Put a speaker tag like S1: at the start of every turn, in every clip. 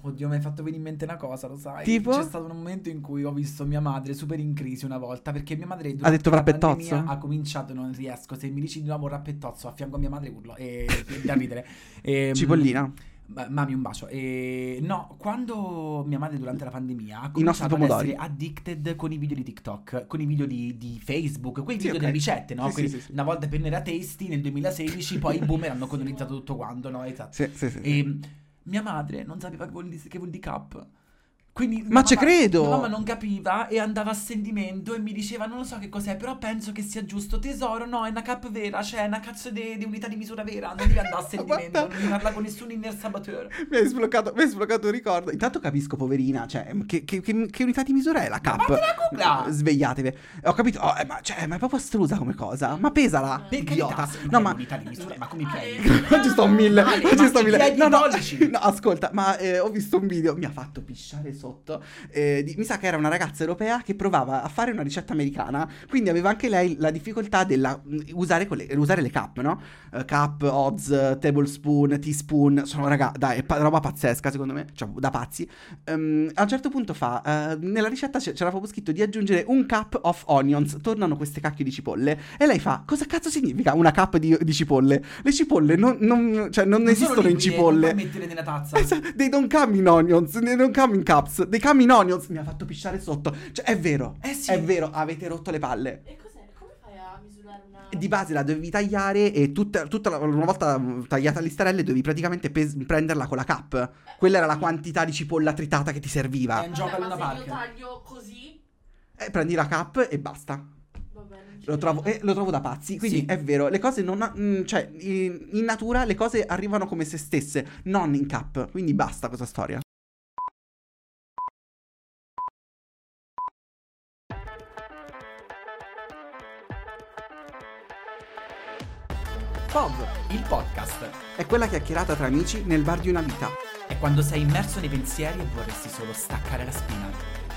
S1: Oddio, mi hai fatto venire in mente una cosa, lo sai?
S2: Tipo?
S1: C'è stato un momento in cui ho visto mia madre super in crisi una volta perché mia madre durante
S2: Ha detto
S1: la
S2: rappettozzo?
S1: pandemia ha cominciato, non riesco, se mi dici di nuovo rappettozzo a fianco a mia madre urlo e da ridere. E,
S2: Cipollina.
S1: Beh, Mami, un bacio. E, no, quando mia madre durante la pandemia ha
S2: I nostri
S1: cominciato ad
S2: pomodori.
S1: essere addicted con i video di TikTok, con i video di, di Facebook, quei
S2: Sì,
S1: video
S2: ok.
S1: delle ricette, no?
S2: Sì, sì,
S1: Quindi
S2: sì, sì.
S1: Una volta per era Tasty nel 2016, poi i boomer hanno colonizzato tutto quanto, no? Esatto.
S2: Sì, sì, sì.
S1: E mia madre non sapeva che vuol, che vuol di cap. Quindi
S2: Ma ci
S1: mamma-
S2: credo!
S1: Mia mamma non capiva e andava a sentimento e mi diceva: Non lo so che cos'è, però penso che sia giusto. Tesoro, no, è una cap vera, cioè è una cazzo di di unità di misura vera. Non devi andare a sentimento,
S2: Guarda.
S1: non devi parlare con nessun inner saboteur.
S2: Mi hai sbloccato, mi hai sbloccato un ricordo. Intanto capisco, poverina. Cioè, che, che- che- che unità di misura è la cap?
S1: fatela googla!
S2: Svegliatevi. Ho capito. oh, eh, ma, cioè, ma è proprio astrusa come cosa. Ma pesala.
S1: Per carità,
S2: idiota.
S1: se
S2: No,
S1: non è
S2: ma.
S1: unità di misura, ma come i piedi?
S2: Oggi sto a mille.
S1: Male,
S2: Oggi
S1: ma
S2: sto a
S1: che
S2: mille.
S1: piedi
S2: No, no,
S1: dolci.
S2: no, ascolta, ma eh, ho visto un video. Mi ha fatto pisciare sotto. eh, di- mi sa che era una ragazza europea che provava a fare una ricetta americana. Quindi aveva anche lei la difficoltà della mh, usare, quelle- usare le cap, no? Eh, cup, odds, tablespoon, teaspoon. Sono, raga, dai, è pa- roba pazzesca, secondo me. Cioè, da pazzi. Ehm, a un certo punto fa, eh, nella ricetta c'è- c'era proprio scritto di aggiungere un cup of onions, tornano queste cacchio di cipolle. E lei fa, cosa cazzo significa una cup di, di cipolle? Le cipolle non, non- cioè, non
S1: eh, Non sono
S2: esistono in
S1: liquide,
S2: cipolle.
S1: Non puoi mettere nella tazza.
S2: Esatto, They don't come in onions, they don't come in cups, they come in onions. Mi ha fatto pisciare sotto. Cioè, è vero,
S1: Eh sì.
S2: è vero, avete rotto le palle.
S3: E cos'è? Come fai a misurare una...
S2: Di base la dovevi tagliare e tutta, tutta la- una volta mm, tagliata a listarelle dovevi praticamente pes- prenderla con la cup. Quella era la quantità di cipolla tritata che ti serviva.
S1: È un gioco a Luna
S3: Vabbè, ma se
S1: Park.
S3: io taglio così...
S2: Eh, prendi la cap e basta.
S3: Vabbè, non ci
S2: Lo
S3: credo.
S2: trovo, eh, lo trovo da pazzi. Quindi
S1: Sì.
S2: è vero, le cose non. ha- mm, cioè, in, in natura le cose arrivano come se stesse, non in cap. Quindi basta questa storia. Pov
S1: Il podcast
S2: è quella chiacchierata tra amici nel bar di una vita.
S1: è quando sei immerso nei pensieri e vorresti solo staccare la spina.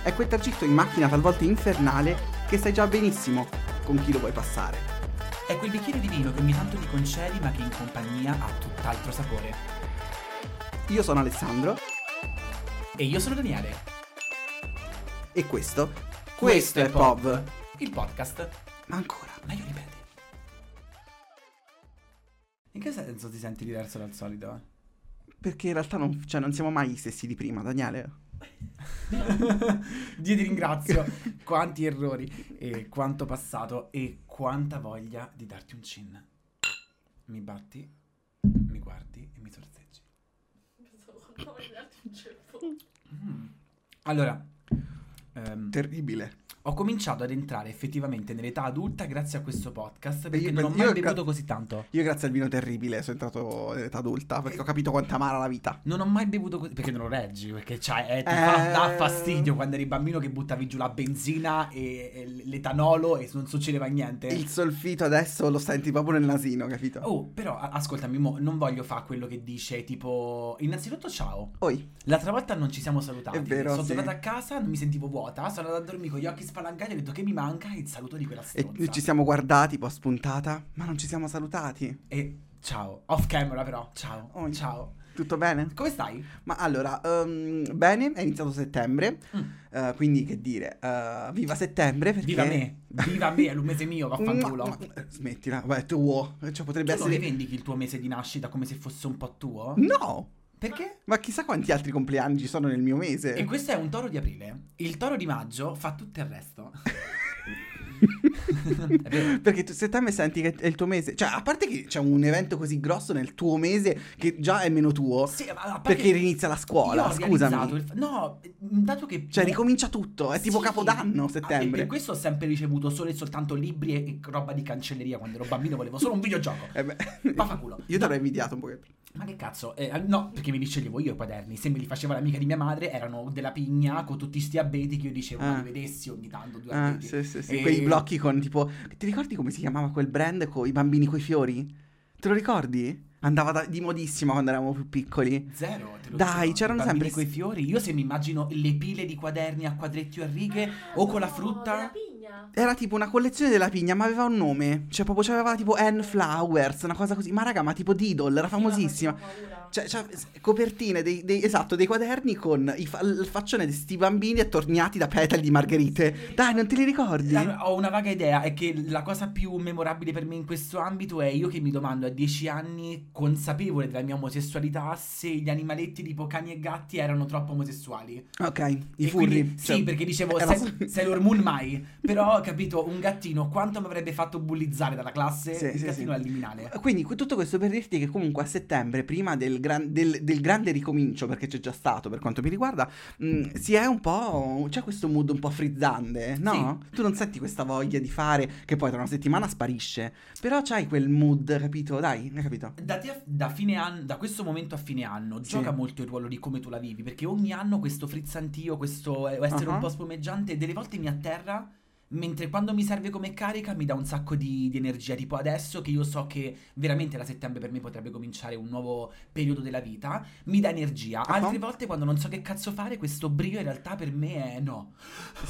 S2: È quel tragitto in macchina talvolta infernale che sai già benissimo con chi lo vuoi passare.
S1: È quel bicchiere di vino che ogni tanto ti concedi ma che in compagnia ha tutt'altro sapore.
S2: Io sono Alessandro.
S1: E io sono Daniele.
S2: E questo? Questo,
S1: Questo
S2: è
S1: è
S2: POV.
S1: Il podcast,
S2: Ma ancora.
S1: ma io ripeto. In che senso ti senti diverso dal solito?
S2: Perché in realtà non, cioè, non siamo mai gli stessi di prima, Daniele.
S1: Dio ti ringrazio. Quanti errori e quanto passato e quanta voglia di darti un cin. Mi batti, mi guardi e mi sorseggi.
S3: Pensavo come darti un ceppo.
S1: Mm. Allora, ehm,
S2: Terribile.
S1: Ho cominciato ad entrare effettivamente nell'età adulta grazie a questo podcast perché
S2: io
S1: non ho
S2: penso-
S1: mai
S2: io-
S1: bevuto così tanto.
S2: Io grazie al vino terribile sono entrato nell'età adulta perché ho capito quanto amara la vita.
S1: Non ho mai bevuto così perché non lo reggi, perché c'ha- eh, ti
S2: Eh.
S1: fa, dà fastidio quando eri bambino che buttavi giù la benzina e, e l- l'etanolo e non succedeva niente.
S2: Il solfito adesso lo senti proprio nel nasino, capito?
S1: Eh. Oh, però a- ascoltami, mo, non voglio fare quello che dice tipo innanzitutto ciao.
S2: Oi,
S1: L'altra volta non ci siamo salutati.
S2: È vero,
S1: sono
S2: sì.
S1: tornata a casa, non mi sentivo vuota, sono andata a dormire con gli occhi spalancati e ho detto che mi manca il saluto di quella
S2: e
S1: stronza. E,
S2: ci siamo guardati post puntata, ma non ci siamo salutati.
S1: ciao, off camera però, ciao.
S2: Oh.
S1: Ciao.
S2: Tutto bene?
S1: Come stai?
S2: Ma allora, ehm, bene, è iniziato settembre,
S1: Mm.
S2: eh, quindi che dire, eh, viva settembre perché...
S1: Viva me, viva me, è un mese mio, vaffanculo.
S2: Mua, mua, eh, Smettila, beh, tuo, cioè potrebbe
S1: Tu non
S2: essere...
S1: rivendichi il tuo mese di nascita come se fosse un po' tuo?
S2: No!
S1: Perché?
S2: Ma chissà quanti altri compleanni ci sono nel mio mese.
S1: E questo è un toro di aprile. Il toro di maggio fa tutto il resto. È vero.
S2: Perché tu settembre senti che è il tuo mese. Cioè, a parte che c'è un evento così grosso nel tuo mese che già è meno tuo.
S1: Sì, ma a parte-
S2: Oh, perché inizia la
S1: io
S2: scuola,
S1: ho
S2: scusami.
S1: organizzato il fa- No, dato che...
S2: Cioè, ricomincia tutto. È tipo
S1: Sì.
S2: capodanno
S1: Ah, e
S2: settembre.
S1: Per questo ho sempre ricevuto solo e soltanto libri e e roba di cancelleria quando ero bambino, volevo solo un videogioco.
S2: Eh beh,
S1: Vaffanculo.
S2: io ti avrei invidiato un pochettino.
S1: Ma che cazzo? Eh, no, perché me li sceglievo io i quaderni. Se me li faceva l'amica di mia madre, erano della pigna con tutti sti abeti che io dicevo, ma
S2: Ah.
S1: li vedessi ogni tanto due
S2: Ah,
S1: abeti.
S2: sì, sì, sì.
S1: E-
S2: Quei blocchi con tipo. Ti ricordi come si chiamava quel brand con i bambini coi fiori? Te lo ricordi? Andava da- di modissima quando eravamo più piccoli.
S1: Zero, te lo
S2: Dai,
S1: giuro.
S2: c'erano
S1: I bambini
S2: sempre
S1: coi fiori. Io se mi immagino le pile di quaderni a quadretti o a righe o con la
S3: No, della
S1: frutta.
S3: pigna.
S2: Era tipo una collezione della pigna, ma aveva un nome. Cioè, proprio c'aveva tipo Anne Flowers, una cosa così. Ma raga, ma tipo Diddle, era famosissima.
S3: Prima facevo paura.
S2: Cioè, c'ha copertine dei, dei- esatto, dei quaderni con i fa- il faccione di sti bambini attorniati da petali di margherite. Dai, non te li ricordi?
S1: La- ho una vaga idea, è che la cosa più memorabile per me in questo ambito è io che mi domando a 10 anni, consapevole della mia omosessualità, se gli animaletti tipo cani e gatti erano troppo omosessuali.
S2: Ok, i
S1: E
S2: furri.
S1: quindi-
S2: Cioè,
S1: sì, perché dicevo
S2: era-
S1: Sai Sailor Moon mai. Però, capito, un gattino quanto mi avrebbe fatto bullizzare dalla classe?
S2: Sì,
S1: il
S2: sì,
S1: gattino
S2: sì.
S1: al liminale.
S2: Quindi que- tutto questo per dirti che comunque a settembre, prima del, gran- del- del grande ricomincio, perché c'è già stato per quanto mi riguarda, mh, si è un po'... c'è questo mood un po' frizzante, no? Tu non senti questa voglia di fare che poi tra una settimana sparisce, però c'hai quel mood, capito? Dai, hai capito?
S1: Da, te a- da fine anno, da questo momento a fine anno,
S2: Sì.
S1: gioca molto il ruolo di come tu la vivi, perché ogni anno questo frizzantio, questo eh, essere
S2: Ah.
S1: un po' spumeggiante, delle volte mi atterra, mentre quando mi serve come carica mi dà un sacco di, di energia, tipo adesso che io so che veramente da settembre per me potrebbe cominciare un nuovo periodo della vita, mi dà energia.
S2: Ah.
S1: Altre volte quando non so che cazzo fare, questo brio in realtà per me è no.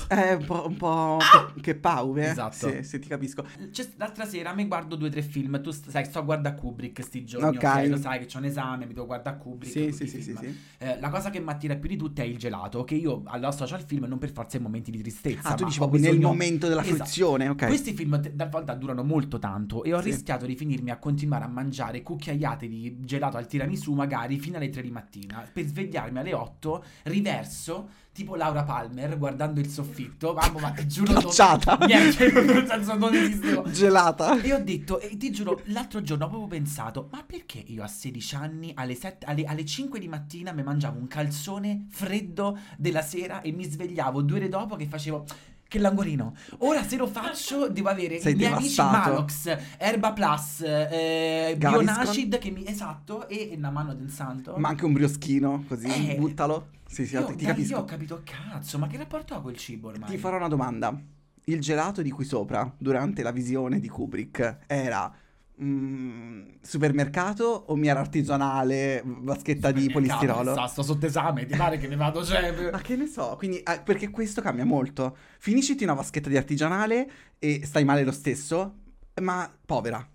S2: È un po', un po' che, che paure.
S1: Ah! Esatto.
S2: Sì, sì, ti capisco.
S1: C'è- l'altra sera mi guardo due o tre film. Tu st- sai, sto a guardare Kubrick sti giorni.
S2: Ok.
S1: Ok. Lo sai che c'ho un esame, mi devo guardare Kubrick.
S2: Sì,
S1: tutti
S2: sì,
S1: i
S2: sì, sì,
S1: film.
S2: sì.
S1: Eh, la cosa che mi attira più di tutte è il gelato. Che io lo associo al film non per forza ai momenti di tristezza.
S2: Ah, tu
S1: ma
S2: dici
S1: ho
S2: proprio nel
S1: bisogno-
S2: momento della
S1: Esatto.
S2: fruizione, ok.
S1: Questi film te- talvolta durano molto tanto e ho
S2: Sì.
S1: rischiato di finirmi a continuare a mangiare cucchiaiate di gelato al tiramisù magari fino alle 3 di mattina per svegliarmi alle 8 riverso tipo Laura Palmer guardando il soffitto mamma ma ti giuro non-
S2: Facciata.
S1: niente nel senso non esistevo
S2: Gelata.
S1: e ho detto, e ti giuro, l'altro giorno ho proprio pensato, ma perché io a 16 anni, alle, 7 alle, alle 5 di mattina, mi mangiavo un calzone freddo della sera e mi svegliavo due ore dopo che facevo... Che langorino. Ora se lo faccio devo avere
S2: Sei
S1: i miei amici
S2: devastato.
S1: Malox, Erba Plus, eh,
S2: Gaviscon.
S1: Bionacid che mi... Esatto, e, e una mano del santo.
S2: Ma anche un brioschino, così,
S1: Esatto. Eh.
S2: buttalo. Sì, sì,
S1: io,
S2: ti
S1: dai,
S2: capisco.
S1: io ho capito, cazzo, ma che rapporto ha col cibo ormai?
S2: Ti farò una domanda. Il gelato di qui sopra, durante la visione di Kubrick, era mm, supermercato o miera artigianale, vaschetta di
S1: Supermercato,
S2: polistirolo?
S1: sa, Sto sotto esame, ti pare che mi vado cioè, sempre...
S2: Ma che ne so, quindi ah, perché questo cambia molto. Finisciti una vaschetta di artigianale e stai male lo stesso, ma povera.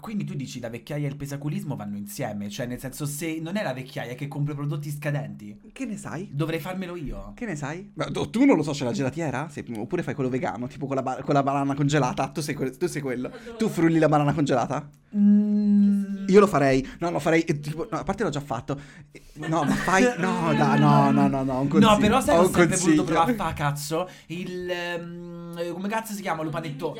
S1: Quindi tu dici la vecchiaia e il pesaculismo vanno insieme, cioè nel senso se non è la vecchiaia che compra prodotti scadenti,
S2: Che ne sai?
S1: dovrei farmelo io.
S2: Che ne sai? Ma tu tu non lo so, c'è la gelatiera? Se- oppure fai quello vegano, tipo con la, ba- con la banana congelata. Tu sei, que- tu sei quello. Tu frulli la banana congelata?
S1: Mm,
S2: Io lo farei. No, lo farei. eh, tipo- no, a parte l'ho già fatto. Eh, No, ma fai. No, da, no, no, no, no. Un consiglio.
S1: No, però sai
S2: Ho
S1: che ho
S2: un
S1: sempre
S2: consiglio.
S1: voluto provare a fa, cazzo, il... ehm, eh, come cazzo si chiama? Lo panetto?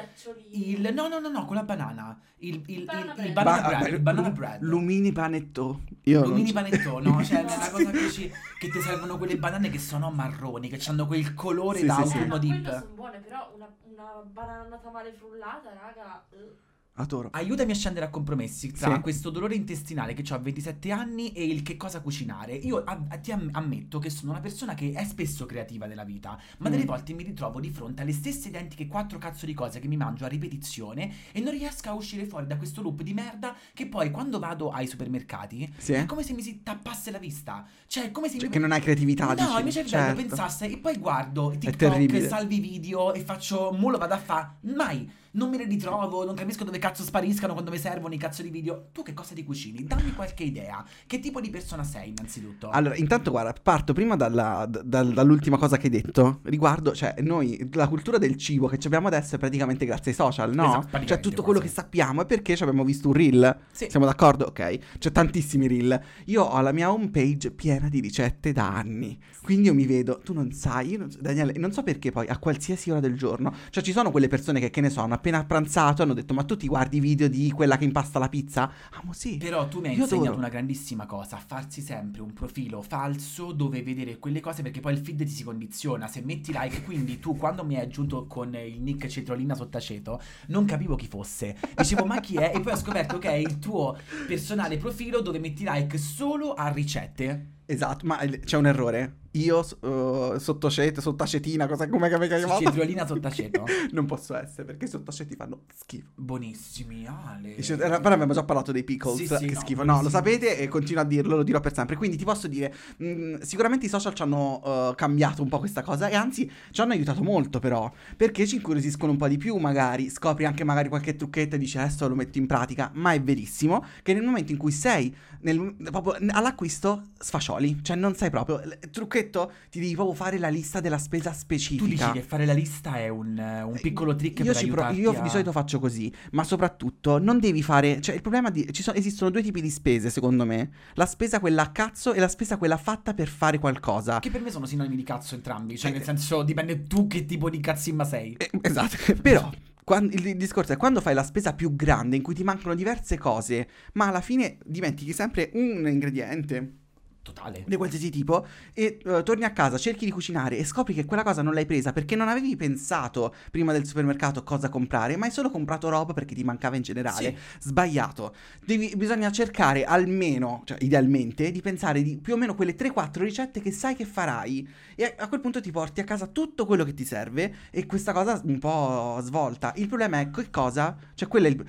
S1: Il... No, no, no, no, con la banana. Il, il, il,
S3: Banana
S1: il
S3: bread.
S1: banana
S2: Ba- ah,
S1: bread. Il
S2: lu-
S1: banana bread.
S2: Lumini panetto. Io non
S1: Lumini
S2: so.
S1: panetto, no? Cioè, è una cosa che,
S2: Sì.
S1: ci- che ti servono quelle banane che sono marroni, che hanno quel colore
S2: Sì,
S1: da
S3: Eh,
S2: sì, sì.
S1: autunno
S3: quelle
S1: dip.
S3: sono buone, però una, una banana tamale frullata, raga. eh.
S2: Adoro.
S1: Aiutami a scendere a compromessi tra
S2: Sì.
S1: questo dolore intestinale che ho a 27 anni e il che cosa cucinare. Io a- a- ti am- ammetto che sono una persona che è spesso creativa nella vita, ma
S2: Mm.
S1: delle volte mi ritrovo di fronte alle stesse identiche quattro cazzo di cose che mi mangio a ripetizione e non riesco a uscire fuori da questo loop di merda che poi quando vado ai supermercati
S2: Sì.
S1: è come se mi si tappasse la vista. Cioè, è come se
S2: Eh. Cioè,
S1: mi...
S2: che non hai creatività.
S1: No,
S2: dici.
S1: il mio cervello
S2: Certo.
S1: pensasse e poi guardo TikTok,
S2: terribile.
S1: salvi video e faccio, mo lo vado a fa, mai, non me ne ritrovo, non capisco dove cazzo spariscano quando mi servono i cazzo di video. Tu che cosa ti cucini? Dammi qualche idea. Che tipo di persona sei innanzitutto?
S2: Allora, intanto guarda, parto prima dalla- da- da- dall'ultima cosa che hai detto, riguardo, cioè, noi, la cultura del cibo che ci abbiamo adesso è praticamente grazie ai social, no?
S1: Esatto, praticamente,
S2: cioè, tutto quello che
S1: quasi.
S2: sappiamo è perché ci abbiamo visto un reel,
S1: Sì.
S2: siamo d'accordo? Ok, c'è tantissimi reel. Io ho la mia home page piena di ricette da anni, quindi io mi vedo, tu non sai, io non so- Daniele, non so perché poi, a qualsiasi ora del giorno, cioè, ci sono quelle persone che, che ne so, hanno appena pranzato, hanno detto, ma tu ti guardi i video di quella che impasta la pizza? Ah, ma sì.
S1: Però tu mi hai
S2: Io
S1: insegnato
S2: adoro.
S1: una grandissima cosa, a farsi sempre un profilo falso dove vedere quelle cose perché poi il feed ti si condiziona, se metti like, quindi tu quando mi hai aggiunto con il nick Cetrolina Sottaceto non capivo chi fosse, dicevo ma chi è e poi ho scoperto che è il tuo personale profilo dove metti like solo a ricette.
S2: Esatto, ma il- c'è un errore. Io uh, sottocete, sottacetina, cosa come che mi hai chiamato?
S1: Cetriolina sottaceto.
S2: non posso essere perché i sottaceti fanno schifo.
S1: Buonissimi, Ale.
S2: I cet- eh, Però abbiamo già parlato dei pickles,
S1: Sì, sì,
S2: che
S1: no,
S2: schifo. No, lo
S1: buonissimo.
S2: sapete e continuo a dirlo, lo dirò per sempre. Quindi ti posso dire, mh, sicuramente i social ci hanno eh, cambiato un po' questa cosa e anzi ci hanno aiutato molto però, perché ci incuriosiscono un po' di più magari, scopri anche magari qualche trucchetto e dici adesso lo metto in pratica, ma è verissimo che nel momento in cui sei nel- proprio n- all'acquisto sfascioli, cioè non sai proprio, il trucchetto ti devi proprio fare la lista della spesa specifica.
S1: Tu dici che fare la lista è un, eh, un piccolo trick
S2: Io,
S1: per
S2: ci pro-
S1: aiutarti
S2: io
S1: a-
S2: di solito faccio così, ma soprattutto non devi fare. Cioè, il problema di. Ci sono, esistono due tipi di spese, secondo me: la spesa quella a cazzo e la spesa quella fatta per fare qualcosa.
S1: Che per me sono sinonimi di cazzo entrambi, cioè
S2: Ah. Eh,
S1: nel senso dipende tu che tipo di cazzimma sei.
S2: Eh, esatto. Però. quan- il discorso è quando fai la spesa più grande in cui ti mancano diverse cose, ma alla fine dimentichi sempre un ingrediente
S1: Totale.
S2: di qualsiasi tipo e eh, torni a casa, cerchi di cucinare e scopri che quella cosa non l'hai presa perché non avevi pensato prima del supermercato cosa comprare, ma hai solo comprato roba perché ti mancava in generale.
S1: Sì.
S2: Sbagliato. Devi- bisogna cercare almeno, cioè idealmente, di pensare di più o meno quelle 3-4 ricette che sai che farai e a, a quel punto ti porti a casa tutto quello che ti serve e questa cosa un po' svolta. Il problema è che cosa? Cioè quello è il...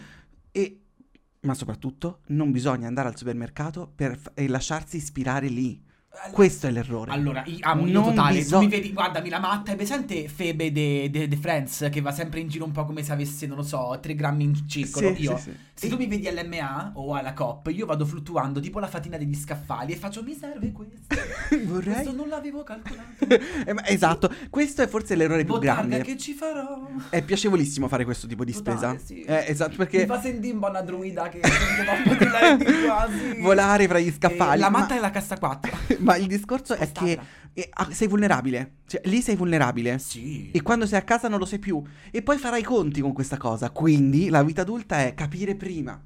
S2: E, ma soprattutto non bisogna andare al supermercato per f- e lasciarsi ispirare lì. Questo è l'errore.
S1: Allora, io amo io
S2: Non
S1: totale.
S2: bisog-
S1: Tu mi vedi, guardami la matta. Hai presente Febe de, de- de Friends che va sempre in giro un po' come se avesse, non lo so, 3 grammi in circolo? io. Se tu mi vedi all'MA o alla COP, io vado fluttuando tipo la fatina degli scaffali e faccio mi serve questo. Questo
S2: Vorrei...
S1: non l'avevo calcolato.
S2: Eh, ma- Esatto, questo è forse l'errore più
S1: Botarga
S2: grande.
S1: che ci farò.
S2: È piacevolissimo fare questo tipo di
S1: Totale,
S2: spesa.
S1: sì.
S2: Eh, esatto,
S1: Mi
S2: perché
S1: fa sentire un po' una druida che volare di quasi.
S2: volare fra gli
S1: Eh,
S2: scaffali.
S1: La
S2: ma-
S1: matta e la cassa 4.
S2: Ma il discorzo è che
S1: Spostarla.
S2: eh, ah, sei vulnerabile. Cioè, lì sei vulnerabile.
S1: Sì.
S2: E quando sei a casa non lo sei più. E poi farai i conti con questa cosa. Quindi la vita adulta è capire prima.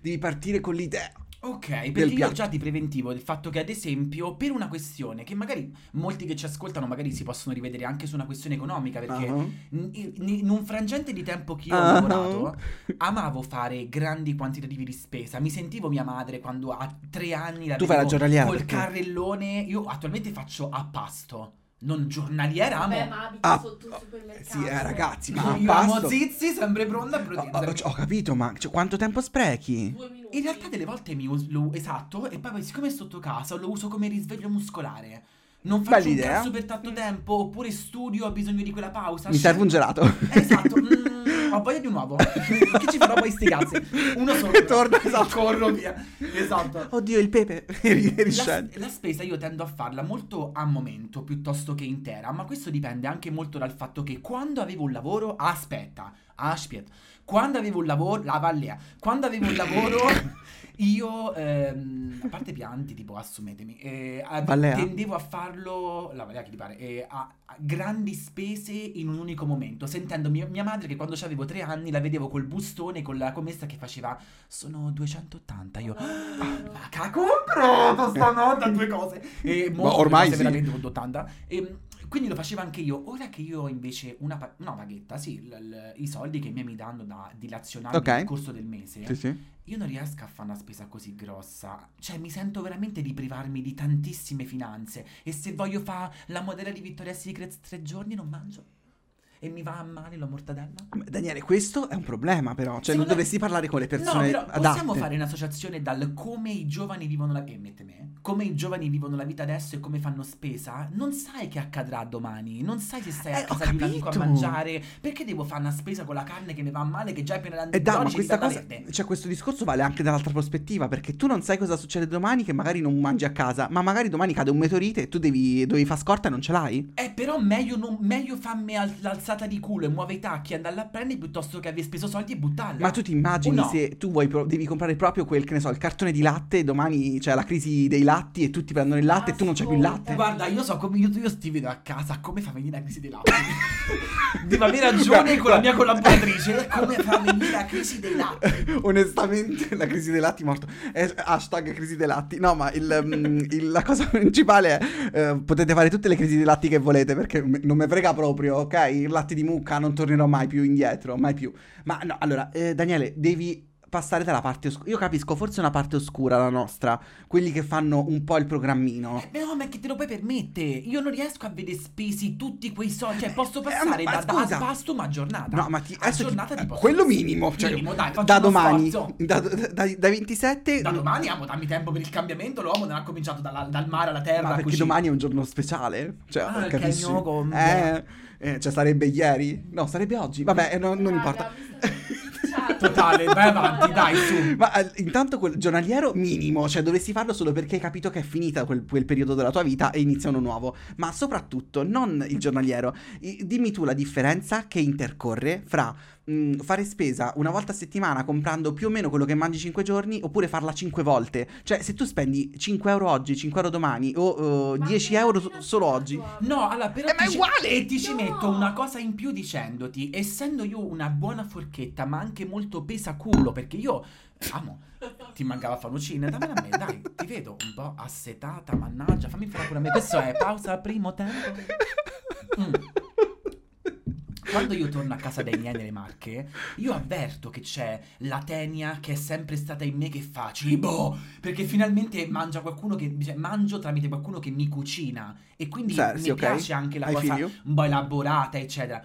S2: Devi partire con l'idea.
S1: Ok, perché
S2: del
S1: io
S2: piatto.
S1: già ti preventivo il fatto che, ad esempio, per una questione che magari molti che ci ascoltano magari si possono rivedere anche su una questione economica, perché
S2: Ah.
S1: in, in- in un frangente di tempo che io
S2: Ah.
S1: ho lavorato, amavo fare grandi quantitativi di spesa. Mi sentivo mia madre quando a tre anni la
S2: Tu fai
S1: vedevo
S2: la giornaliera,
S1: col
S2: perché?
S1: carrellone. Io attualmente faccio a pasto, non giornaliera, amo.
S3: Beh, ma abiti
S2: Ah,
S3: sotto il supermercato.
S2: Sì, eh, ragazzi, ma
S1: io amo
S2: pasto.
S1: Zizi, sempre pronta a
S2: Ho,
S1: proteggere.
S2: ho- ho capito, ma cioè, quanto tempo sprechi?
S3: Due minuti.
S1: In realtà delle volte mi uso lo- esatto e poi poi siccome è sotto casa lo uso come risveglio muscolare. Non faccio
S2: Bella
S1: un
S2: idea.
S1: cazzo per tanto tempo oppure studio, ho bisogno di quella pausa.
S2: Mi serve un
S1: scelgo-
S2: gelato.
S1: Esatto, mm, ho voglia di un uovo. che ci farò poi sti cazzi? Uno solo.
S2: E torna, esatto.
S1: corro via. Esatto.
S2: Oddio, il pepe. Ri-
S1: La,
S2: Riscendi.
S1: la spesa io tendo a farla molto a momento piuttosto che intera, ma questo dipende anche molto dal fatto che quando avevo un lavoro, aspetta, aspetta, quando avevo un lavoro, la vallea, quando avevo un lavoro io, ehm, a parte pianti, tipo assumetemi, eh, a-
S2: Vallea?
S1: tendevo a farlo, la vallea che ti pare, eh, a, a grandi spese in un unico momento, sentendo mia, mia madre che quando avevo tre anni la vedevo col bustone, con la commessa che faceva, sono 280, io...
S2: Ah,
S1: Ma che ha comprato stanotte Eh, due cose? E mo
S2: Ma ormai
S1: cose
S2: sì.
S1: veramente con 80. E quindi lo facevo anche io. Ora che io ho invece una, pa- no, paghetta, sì, l- l- i soldi che i miei mi danno da dilazionare
S2: Ok.
S1: nel corso del mese,
S2: Sì, sì.
S1: io non riesco a fare una spesa così grossa. Cioè, mi sento veramente di privarmi di tantissime finanze. E se voglio fare la modella di Victoria's Secret tre giorni non mangio. E mi va a male la mortadella.
S2: Ma Daniele, questo è un problema, però. Cioè,
S1: Secondo-
S2: non dovresti parlare con le
S1: No,
S2: persone
S1: però
S2: adatte.
S1: possiamo fare un'associazione dal come i giovani vivono la vita. me. eh, Come i giovani vivono la vita adesso e come fanno spesa. Non sai che accadrà domani. Non sai se stai
S2: Eh,
S1: a
S2: ho
S1: casa di un amico a
S2: capito.
S1: mangiare. Perché devo fare una spesa con la carne che mi va male, che già è appena
S2: E da, Eh, ma
S1: l'antibiotici
S2: questa
S1: diventa
S2: cosa,
S1: verde?
S2: cioè questo discorso vale anche dall'altra prospettiva, perché tu non sai cosa succede domani che magari non mangi a casa, ma magari domani cade un meteorite e tu devi, dovevi fare scorta e non ce l'hai.
S1: Eh, però meglio, non, meglio farmi al- l'alzata di culo e muove i tacchi e andarla a prendere piuttosto che aver speso soldi e buttarla.
S2: Ma tu ti immagini
S1: O no?
S2: se tu vuoi pro- devi comprare proprio quel, che ne so, il cartone di latte, e domani c'è la crisi dei latti e tutti prendono il latte e tu non c'hai più il latte.
S1: Guarda, io so come io, io ti vedo a casa come fa venire la crisi dei latte. Devo avere ragione con la mia collaboratrice. Come fa venire la crisi dei latte?
S2: Onestamente, la crisi dei latti morto. Eh, hashtag crisi dei latti. No, ma il, mm, il- la cosa principale è: eh, potete fare tutte le crisi dei latti che volete perché me- non me frega proprio, ok? Il latte di mucca non tornerò mai più indietro, mai più. Ma no, allora, eh, Daniele, devi passare dalla parte oscura. Io capisco, forse è una parte oscura la nostra, quelli che fanno un po' il programmino.
S1: Ma no, Eh, ma che te lo puoi permettere? Io non riesco a vedere spesi tutti quei soldi. Cioè, posso
S2: ma-
S1: passare
S2: Eh, ma
S1: da, da
S2: scusa.
S1: spastum a giornata.
S2: No, ma ti,
S1: a
S2: adesso ti-
S1: giornata ti posso-
S2: quello minimo, cioè,
S1: Minimo, dai, Ah, faccio
S2: da
S1: uno
S2: domani, Eh.
S1: sforzo.
S2: da, da- da- dai 27
S1: Da domani amo, dammi tempo per il cambiamento. L'uomo non ha cominciato dalla- dal mare alla terra.
S2: Ma perché
S1: così.
S2: domani è un giorno speciale? Cioè,
S1: Ah, il
S2: capisci?
S1: cagno con-
S2: Eh, eh, cioè sarebbe ieri? No, sarebbe oggi. Vabbè, eh, no- non
S3: Raga,
S2: importa.
S3: mi state picciando.
S1: Totale, vai avanti, dai, su.
S2: Ma eh, intanto quel giornaliero minimo, cioè dovresti farlo solo perché hai capito che è finita quel, quel periodo della tua vita e inizia uno nuovo. Ma soprattutto non il giornaliero. I- dimmi tu la differenza che intercorre fra mh, fare spesa una volta a settimana comprando più o meno quello che mangi 5 giorni oppure farla 5 volte. Cioè se tu spendi 5 euro oggi, 5 euro domani o eh,
S3: Ma
S2: 10
S3: che
S2: euro so-
S3: mattina
S2: solo
S3: sono
S2: oggi.
S3: qua?
S1: No, allora però
S2: Eh, ma è
S1: ti ci-
S2: uguale!
S1: e ti ci
S3: No!
S1: metto una cosa in più dicendoti, essendo io una buona forchetta, ma anche molto pesaculo, perché io amo ti mancava fanucina, dammela a me, dai, ti vedo un po' assetata, mannaggia, fammi fare pure a me. Questo è pausa al primo tempo. Mm. Quando io torno a casa dai miei nelle Marche, io avverto che c'è la tenia che è sempre stata in me che fa cibo, perché finalmente mangia qualcuno che cioè, mangio tramite qualcuno che mi cucina e quindi
S2: Certo, Sì,
S1: mi
S2: sì, ok.
S1: piace anche la
S2: Hai
S1: cosa
S2: figlio?
S1: un po' elaborata, eccetera.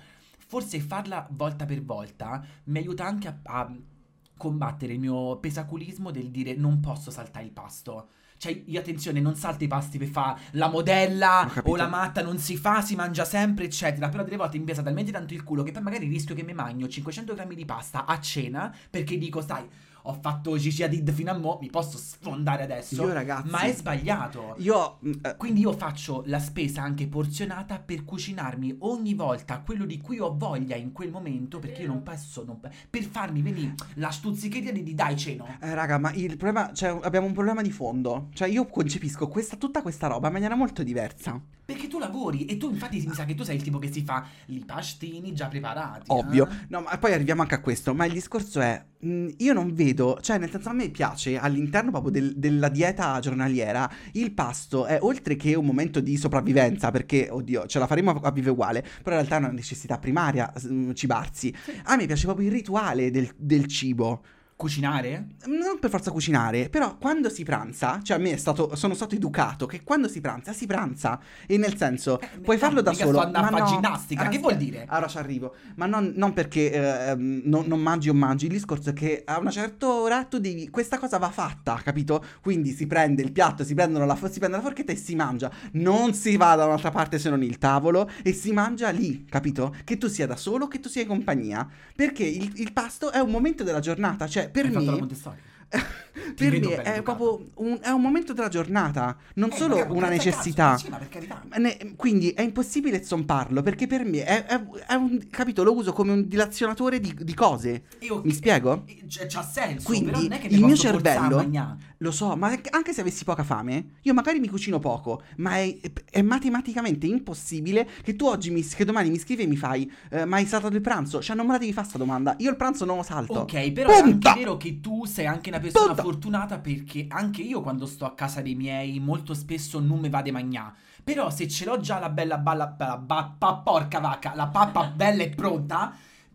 S1: Forse farla volta per volta mi aiuta anche a, a combattere il mio pesaculismo del dire non posso saltare il pasto. Cioè, io attenzione, non salta i pasti per fa la
S2: Ho
S1: modella
S2: capito.
S1: o la matta, non si fa, si mangia sempre, eccetera. Però delle volte mi pesa talmente tanto il culo che poi magari rischio che mi magno 500 grammi di pasta a cena perché dico, sai, ho fatto Gigi Hadid fino a mo', mi posso sfondare adesso.
S2: Io ragazzi,
S1: Ma è sbagliato.
S2: io mh, eh,
S1: Quindi io faccio la spesa anche porzionata per cucinarmi ogni volta quello di cui ho voglia in quel momento, perché io non posso, non- per farmi venire la stuzzicheria di di dai ceno.
S2: Eh, raga, ma il problema, cioè, abbiamo un problema di fondo. Cioè, io concepisco questa, tutta questa roba in maniera molto diversa.
S1: Perché tu lavori e tu infatti mi sa che tu sei il tipo che si fa i pastini già preparati.
S2: Ovvio.
S1: eh?
S2: No, ma poi arriviamo anche a questo. Ma il discorso è: mh, io non vedo, cioè, nel senso, a me piace all'interno proprio del- della dieta giornaliera. Il pasto è oltre che un momento di sopravvivenza, perché, oddio, ce la faremo a vive uguale. Però in realtà è una necessità primaria mh, cibarsi. A me piace proprio il rituale del- del cibo.
S1: Cucinare?
S2: non per forza cucinare, però quando si pranza, cioè a me è stato, sono stato educato che quando si pranza, si pranza. E nel senso,
S1: Eh, dai,
S2: puoi farlo da
S1: mica
S2: solo.
S1: sto andando
S2: ma
S1: a
S2: no.
S1: ginnastica,
S2: Ah,
S1: che
S2: sì.
S1: vuol dire?
S2: Allora ci arrivo, ma non, non perché eh, ehm, non, non mangi o mangi, il discorso è che a una certa ora tu devi, questa cosa va fatta, capito? Quindi si prende il piatto, si, prendono la, fo- si prende la forchetta e si mangia, non si va da un'altra parte se non il tavolo e si mangia lì, capito? Che tu sia da solo, o che tu sia in compagnia, perché il, il pasto è un momento della giornata, cioè per
S1: Hai
S2: me...
S1: fatto la Montessori.
S2: Per
S1: vedo
S2: me
S1: ben
S2: è
S1: educato.
S2: proprio un, è un momento della giornata, non
S1: Eh,
S2: solo
S1: magari,
S2: una
S1: per caso,
S2: necessità.
S1: Sì, ma per carità.
S2: Ne- quindi è impossibile zomparlo perché per me è, è- è un. Capito? Lo uso come un dilazionatore di, di cose.
S1: Io-
S2: Mi spiego?
S1: Eh, Cioè, c'ha senso,
S2: Quindi,
S1: però non è che mi
S2: il mio
S1: posso forzare a
S2: cervello-
S1: mangiare.
S2: Lo so, ma anche- anche se avessi poca fame, io magari mi cucino poco, ma è, è matematicamente impossibile che tu oggi mi, che domani mi scrivi e mi fai. eh, ma hai saltato il pranzo? Cioè, non me la devi fare sta domanda. Io il pranzo non lo salto.
S1: Ok, però è
S2: Certo. Punta!
S1: anche vero che tu sei anche una persona
S2: Punta!
S1: fortunata perché anche io quando sto a casa dei miei molto spesso non me vade magnà. Però se ce l'ho già la bella balla, bella ba- pa- porca vacca, la pappa bella e pronta,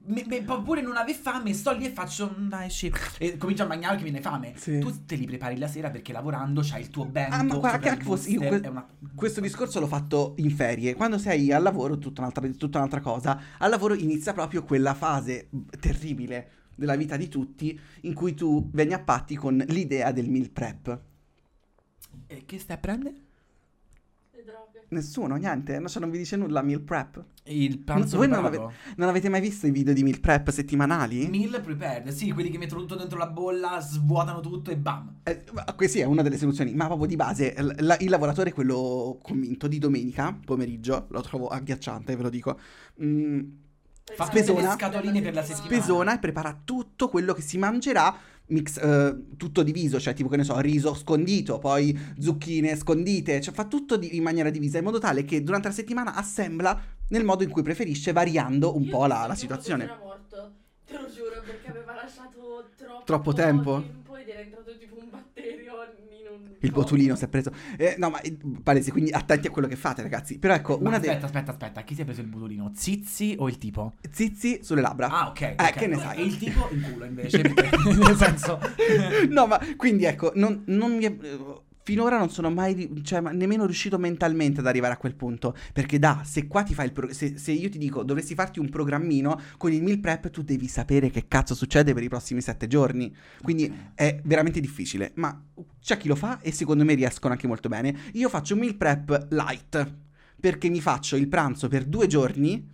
S1: me, me- pure non ave fame, sto lì e faccio "Mm, dai sì e comincio a mangiare che viene fame.
S2: Sì.
S1: Tu te li prepari la sera perché lavorando c'hai il tuo bento.
S2: Ah, ma guarda,
S1: sopra il
S2: anche fosse- io
S1: booster,
S2: que-
S1: è una-
S2: Questo discorso l'ho fatto in ferie. Quando sei al lavoro, tutta un'altra, tutta un'altra cosa. Al lavoro inizia proprio quella fase terribile della vita di tutti in cui tu vieni a patti con l'idea del meal prep.
S1: Eh, che stai a prendere?
S3: Le droghe.
S2: Nessuno, niente, no, cioè non vi dice nulla meal prep.
S1: Il pranzo
S2: Voi non
S1: preparato.
S2: Non avete mai visto i video di meal prep settimanali?
S1: Meal prepared, sì, quelli che mettono tutto dentro la bolla, svuotano tutto e bam.
S2: Eh, ma que- sì, è una delle soluzioni, ma proprio di base l- la- il lavoratore, quello convinto di domenica pomeriggio, lo trovo agghiacciante, ve lo dico. mm,
S1: Fa
S2: Spesona.
S1: delle scatoline per la settimana.
S2: Pesona e prepara tutto quello che si mangerà, mix, eh, tutto diviso, cioè tipo che ne so, riso scondito, poi zucchine scondite, cioè fa tutto di- in maniera divisa in modo tale che durante la settimana assembla nel modo in cui preferisce, variando un
S3: Io
S2: po' la,
S3: pensavo
S2: la
S3: che
S2: situazione.
S3: era morto, te lo giuro, perché aveva lasciato troppo,
S2: Troppo tempo?
S3: ed era entrato tipo un batterio in non...
S2: Il botulino si è preso. Eh, no, ma eh, palese, quindi attenti a quello che fate, ragazzi. Però ecco,
S1: Ma
S2: una
S1: aspetta,
S2: delle
S1: aspetta, aspetta, chi si è preso il botulino? Zizi o il tipo?
S2: zizi sulle labbra.
S1: Ah, ok. Eh,
S2: che ne sai?
S1: E il tipo in culo invece, perché- nel senso
S2: no, ma quindi ecco, non, non mi è- finora non sono mai, ri- cioè, ma nemmeno riuscito mentalmente ad arrivare a quel punto. Perché da, se qua ti fai il pro- se, se io ti dico dovresti farti un programmino con il meal prep, tu devi sapere che cazzo succede per i prossimi sette giorni. Quindi
S1: Ok.
S2: è veramente difficile. Ma c'è chi lo fa e secondo me riescono anche molto bene. Io faccio un meal prep light. Perché mi faccio il pranzo per due giorni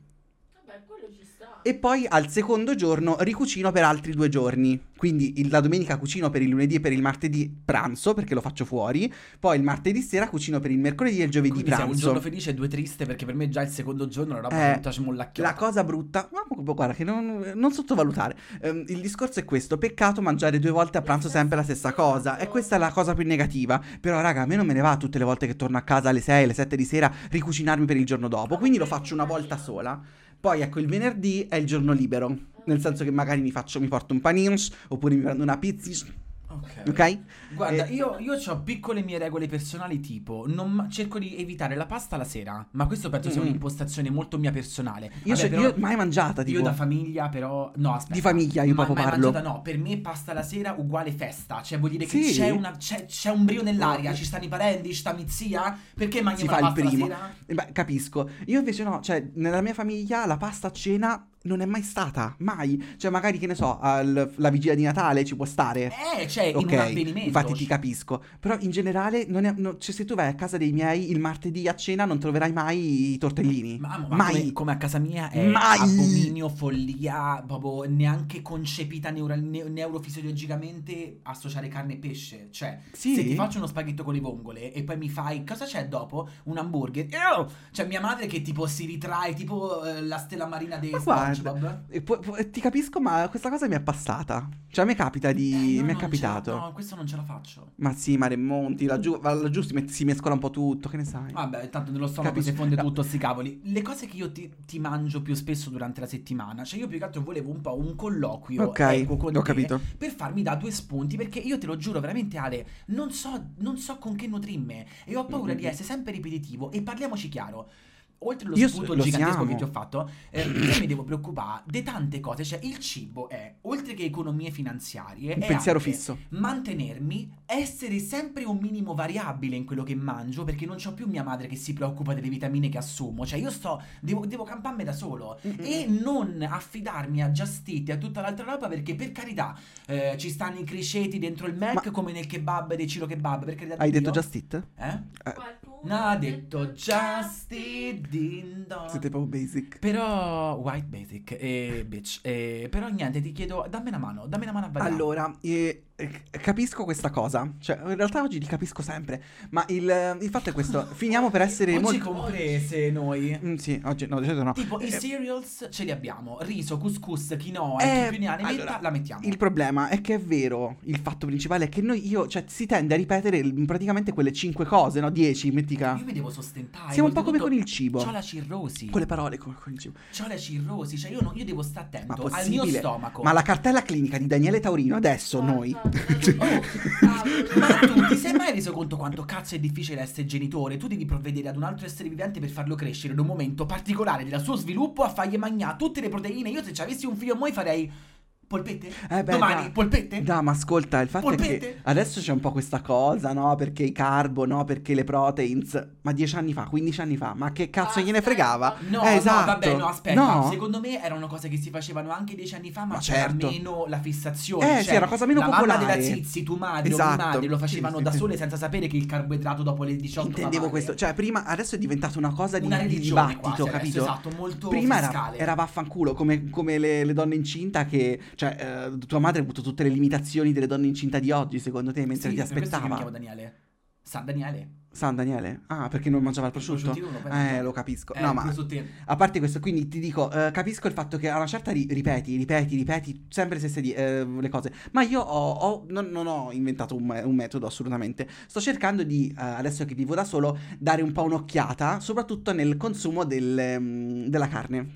S3: Vabbè, quello ci sta.
S2: e poi al secondo giorno ricucino per altri due giorni. Quindi il- la domenica cucino per il lunedì e per il martedì pranzo, perché lo faccio fuori. Poi il martedì sera cucino per il mercoledì e il giovedì
S1: Quindi siamo un
S2: pranzo.
S1: giorno felice e due triste perché per me già il secondo giorno la roba
S2: Eh,
S1: è tutta smollacchiata.
S2: la cosa brutta, ma gu- guarda che non, non sottovalutare, Ehm, il discorso è questo, peccato mangiare due volte a pranzo sempre la stessa cosa, e questa è la cosa più negativa, però raga a me non me ne va tutte le volte che torno a casa alle 6, alle 7 di sera, ricucinarmi per il giorno dopo, quindi lo faccio una volta sola, poi ecco il venerdì è il giorno libero, nel senso che magari mi faccio, mi porto un panino, oppure mi prendo una pizza,
S1: Ok.
S2: ok?
S1: Guarda,
S2: Eh,
S1: io, ho piccole mie regole personali tipo, non ma- cerco di evitare la pasta la sera, ma questo penso sia
S2: Mm.
S1: un'impostazione molto mia personale.
S2: Io,
S1: Vabbè,
S2: ce-
S1: però-
S2: io mai mangiata, tipo,
S1: io da famiglia però... No, aspetta.
S2: di famiglia io
S1: Ma-
S2: proprio
S1: ma è
S2: parlo.
S1: mangiata- no, per me pasta la sera uguale festa, cioè vuol dire che
S2: Sì. Oh.
S1: c'è, una- c'è- c'è un brio nell'aria, ci stanno i parenti, ci sta mia zia, perché mangi
S2: Si
S1: una
S2: fa il
S1: pasta la
S2: primo.
S1: sera?
S2: Eh Beh, capisco. Io invece no, cioè, nella mia famiglia la pasta a cena non è mai stata, mai. Cioè, magari, che ne so, al- la vigilia di Natale ci può stare.
S1: Eh, cioè, in
S2: ok,
S1: un avvenimento.
S2: infatti ti capisco. Però in generale, non è- no- cioè, se tu vai a casa dei miei il martedì a cena non troverai mai i tortellini.
S1: Ma, ma
S2: mai.
S1: Come, come a casa mia è
S2: Mai.
S1: abominio, follia, proprio neanche concepita neural- ne- neurofisiologicamente associare carne e pesce. Cioè,
S2: Sì?
S1: se ti faccio uno spaghetto con le vongole e poi mi fai, cosa c'è dopo? Un hamburger. Ew! Cioè, mia madre che tipo si ritrae, tipo eh, la stella marina dei
S2: Ma guarda,
S1: SpongeBob.
S2: E pu- pu- ti capisco, ma questa cosa mi è passata. Cioè, a me capita di.
S1: io
S2: mi è
S1: Eh, non
S2: capitato.
S1: ce la- No, questo non ce la faccio.
S2: Ma sì, ma Remonti, laggiù, va- laggiù si, met- si mescola un po' tutto, che ne sai?
S1: Vabbè, tanto nello stomaco
S2: Capisco.
S1: si fonde
S2: No.
S1: tutto, sti cavoli. Le cose che io ti, ti mangio più spesso durante la settimana, cioè io più che altro volevo un po' un colloquio
S2: ok,
S1: equo con
S2: ho
S1: te
S2: capito.
S1: per farmi da due spunti perché io te lo giuro veramente Ale non so, non so con che nutrimme e ho paura di
S2: Mm.
S1: essere sempre ripetitivo e parliamoci chiaro oltre allo
S2: Io s-
S1: spunto
S2: lo
S1: gigantesco
S2: siamo.
S1: che ti ho fatto eh, io mi devo preoccupare di tante cose cioè il cibo è oltre che economie finanziarie
S2: Un
S1: è
S2: pensiero
S1: anche
S2: fisso.
S1: mantenermi essere sempre un minimo variabile in quello che mangio perché non c'ho più mia madre che si preoccupa delle vitamine che assumo cioè io sto devo, devo camparmi da solo e
S2: Mm-hmm.
S1: non affidarmi a Giastiti e a tutta l'altra roba perché per carità eh, ci stanno i cresceti dentro il Mac
S2: Ma-
S1: come nel kebab dei Ciro Kebab per carità di
S2: Hai detto
S1: Dio.
S2: Just It?
S1: eh?
S3: Qualcuno
S1: No, ha detto Justy Dindo
S2: Siete proprio basic.
S1: però white basic e bitch eh, però niente ti chiedo dammi una mano dammi una mano a variare
S2: Allora, eh, eh, capisco questa cosa. Cioè, in realtà oggi li capisco sempre. Ma il, il fatto è questo: finiamo per essere
S1: oggi
S2: molto.
S1: comprese noi
S2: Mm, sì, oggi no, di solito no.
S1: tipo i
S2: Eh,
S1: cereals ce li abbiamo riso couscous quinoa
S2: Eh,
S1: e chi più ne ha ne metta
S2: allora,
S1: la mettiamo
S2: Il problema è che è vero, il fatto principale è che noi, io, cioè, si tende a ripetere il- praticamente quelle 5 cose, no? 10, mettica.
S1: io mi devo sostentare
S2: Siamo un po' come con
S1: oltretutto
S2: il cibo.
S1: c'ho la cirrosi
S2: Con le parole, come con il cibo.
S1: C'ho la cirrosi, cioè io, non- io devo stare
S2: Ma
S1: attento al
S2: possibile.
S1: mio stomaco.
S2: Ma la cartella clinica di Daniele Taurino adesso, noi.
S1: Ma tu ti sei mai reso conto quanto cazzo è difficile essere genitore? Tu devi provvedere ad un altro essere vivente per farlo crescere in un momento particolare del suo sviluppo a fargli mangiare tutte le proteine. Io se ci avessi un figlio mo' farei polpette?
S2: Eh beh,
S1: Domani
S2: dai.
S1: polpette?
S2: No, ma ascolta, il fatto è che
S1: Polpette?
S2: adesso c'è un po' questa cosa, no? Perché i carbo, no? Perché le proteins. Ma 10 anni fa, 15 anni fa, ma che cazzo
S3: Basta,
S2: gliene fregava?
S1: No,
S2: Eh,
S1: no, vabbè, no, aspetta.
S2: No?
S1: Secondo me erano cose che si facevano anche dieci anni fa, ma,
S2: Ma
S1: c'era
S2: certo.
S1: meno la
S2: Eh,
S1: fissazione. cioè,
S2: sì, era una cosa meno
S1: la
S2: popolare.
S1: mamma della Zizi, tu madre o
S2: Esatto.
S1: mia madre lo
S2: Sì,
S1: facevano
S2: sì,
S1: da
S2: sì.
S1: sole senza sapere che il carboidrato dopo le 18 fa
S2: Intendevo
S1: male.
S2: questo, cioè prima adesso è diventata una cosa di,
S1: Una
S2: di
S1: religione
S2: dibattito,
S1: qua, cioè, adesso,
S2: capito?
S1: Esatto, molto
S2: Prima era,
S1: fiscale.
S2: era vaffanculo, come, come le, le donne incinta che... Cioè, eh, tua madre ha avuto tutte le limitazioni delle donne incinta di oggi, secondo te, mentre
S1: Sì,
S2: ti
S1: per questo che mi chiamo
S2: aspettava.
S1: Daniele. San Daniele.
S2: San Daniele? Ah, perché non mangiava il prosciutto?
S1: Prosciuttino, lo prendo.
S2: Eh, lo capisco.
S1: Eh,
S2: no, ma
S1: questo te-
S2: A parte questo, quindi ti dico, eh, capisco il fatto che a una certa ri- ripeti, ripeti, ripeti sempre le stesse di- eh, le cose, ma io ho, ho- non, non ho inventato un, me- un metodo assolutamente, sto cercando di, eh, adesso che vivo da solo, dare un po' un'occhiata, soprattutto nel consumo del, mm, della ehm, carne.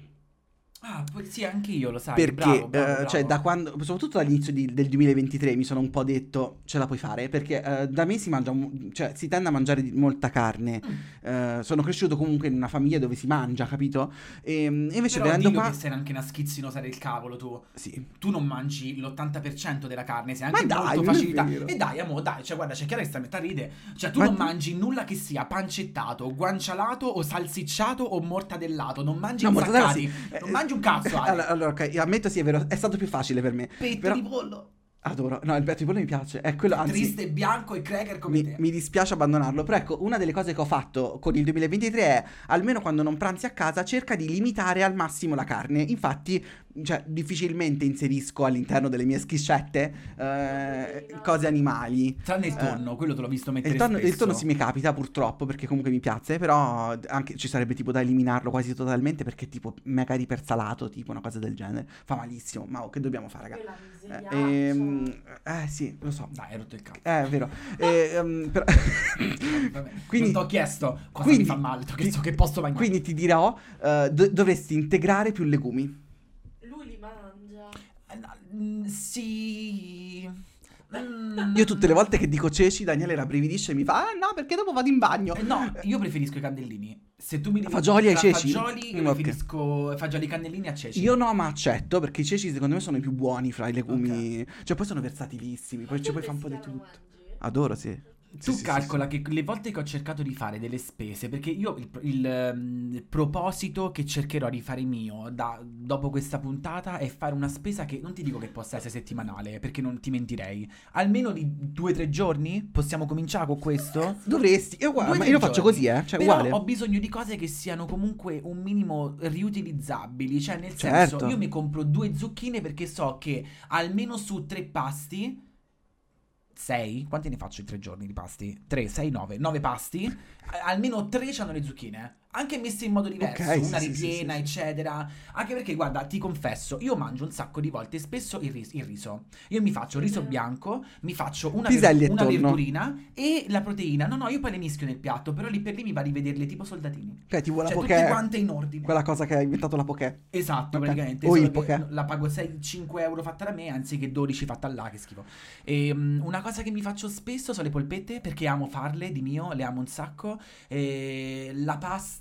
S1: Ah, poi- sì, anche io lo sai.
S2: perché,
S1: bravo, bravo,
S2: eh,
S1: bravo.
S2: cioè, da quando, soprattutto dall'inizio di- del 2023 mi sono un po' detto ce la puoi fare, perché eh, da me si mangia, mo- cioè, si tende a mangiare di- molta carne.
S1: Mm.
S2: Eh, sono cresciuto comunque in una famiglia dove si mangia, capito? E mm, invece
S1: Però
S2: venendo
S1: dillo
S2: qua...
S1: che sei anche una schizzinosa del cavolo tu.
S2: Sì.
S1: Tu non mangi l'80% della carne, sei anche
S2: Ma dai,
S1: molto
S2: non è
S1: facilità.
S2: vero.
S1: E dai, amo, dai, cioè guarda, c'è Chiara che sta a metà ride. Cioè tu
S2: Ma
S1: non
S2: ti-
S1: mangi nulla che sia pancetta,to guancialato o salsicciato o mortadellato, non mangi
S2: No, mortadella
S1: insaccati, non
S2: Eh,
S1: mangi un cazzo, Ale.
S2: allora, allora, ok, io ammetto sì, è vero, è stato più facile per me.
S1: petto
S2: però-
S1: di pollo,
S2: Adoro. No, il petto di pollo mi piace. È quello, anzi,
S1: triste bianco e cracker come
S2: mi,
S1: te.
S2: mi dispiace abbandonarlo, però ecco, una delle cose che ho fatto con il 2023 è, almeno quando non pranzi a casa, cerca di limitare al massimo la carne. Infatti, cioè, difficilmente inserisco all'interno delle mie schiscette eh, cose animali.
S1: Tranne il
S3: Eh.
S1: tonno, quello te l'ho visto mettere
S2: Il tonno, il
S1: spesso.
S2: tonno sì mi capita purtroppo perché comunque mi piace, però anche, ci sarebbe tipo da eliminarlo quasi totalmente perché tipo mega ripersalato, tipo una cosa del genere. Fa malissimo, ma oh, che dobbiamo fare, raga?
S3: Quella miseria.
S2: Eh, ehm, eh sì, lo so.
S1: Dai, hai rotto il cazzo.
S2: Eh, È vero. Eh, ehm, però-
S1: Vabbè,
S2: quindi,
S1: non ti ho chiesto cosa
S2: quindi-
S1: mi fa male, ti ho chiesto che posso mangiare.
S2: quindi ti dirò, eh, do- dovresti integrare più legumi.
S3: Lui li mangia.
S1: Eh, no, mm, sì. Mm.
S2: Io tutte le volte che dico ceci, Daniele rabbrividisce e mi fa, ah no, perché dopo vado in bagno.
S1: Eh, No, io preferisco i cannellini. Se tu mi devi
S2: Fagioli ai
S1: tra
S2: ceci?
S1: Fagioli, io
S2: Mm, ok.
S1: preferisco fagioli cannellini a ceci.
S2: Io no, ma accetto, perché i ceci secondo me sono i più buoni fra i legumi. Cioè, poi sono versatilissimi, poi ci puoi fare un po' di tutto. Adoro, sì. Sì,
S1: Tu
S2: sì, sì,
S1: calcola che le volte che ho cercato di fare delle spese, perché io il, il, ehm, proposito che cercherò di fare mio da- dopo questa puntà è fare una spesa che non ti dico che possa essere settimanale, perché non ti mentirei. Almeno di due o tre giorni? Possiamo cominciare con questo?
S2: Dovresti, è uguale,
S1: Due
S2: ma
S1: tre
S2: io lo faccio
S1: giorni.
S2: così, eh. Cioè,
S1: Però
S2: uguale.
S1: ho bisogno di cose che siano comunque un minimo riutilizzabili. Cioè, nel
S2: Certo.
S1: senso, io mi compro due zucchine perché so che almeno su tre pasti. Sei? Quanti ne faccio in tre giorni di pasti? Tre, sei, nove. Nove pasti. a- Almeno tre hanno le zucchine. Anche messe in modo diverso.
S2: Ok, sì,
S1: una
S2: sì,
S1: ripiena,
S2: sì, sì, sì.
S1: eccetera. Anche perché, guarda, ti confesso, io mangio un sacco di volte spesso il, ris- il riso. Io mi faccio il riso bianco, mi faccio una, ver-
S2: Piselli e
S1: una
S2: tonno.
S1: verdurina e la proteina. No, no, io poi le mischio nel piatto, però lì per lì mi va di vederle tipo soldatini.
S2: Cioè, tipo la
S1: cioè,
S2: poké.
S1: tutte quante in ordine.
S2: Quella cosa che ha inventato la poké.
S1: Esatto,
S2: Ok.
S1: praticamente.
S2: O
S1: solo che
S2: il poké.
S1: La pago 6-5 euro fatta da me anziché 12 fatta là, che schifo. E, mm, una cosa che mi faccio spesso sono le polpette perché amo farle di mio, le amo un sacco. E la pasta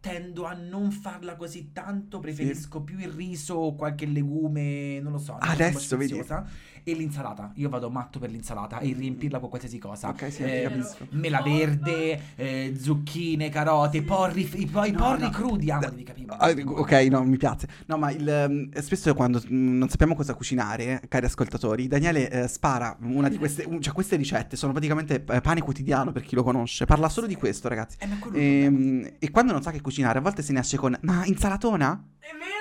S1: tendo a non farla così tanto, preferisco più il riso o qualche legume, non lo so. una cosa un po'
S2: Adesso, vedi.
S1: spaziosa. E l'insalata, io vado matto per l'insalata e riempirla con qualsiasi cosa.
S2: Ok, sì,
S1: Eh,
S2: capisco.
S1: Mela verde, eh, zucchine, carote, porri, i, po- i
S2: No,
S1: porri
S2: no.
S1: crudi, amo, devi
S2: Ah,
S1: capire.
S2: Ok, no, mi piace. No, ma il, ehm, spesso quando mm, non sappiamo cosa cucinare, cari ascoltatori, Daniele eh, spara una di queste, un- cioè queste ricette sono praticamente eh, pane quotidiano per chi lo conosce. Parla solo di questo, ragazzi.
S1: Eh, ma quello è il problema.
S2: Ehm, E, quando non sa che cucinare, a volte se ne esce con ma insalatona?
S3: È vero?
S1: Eh,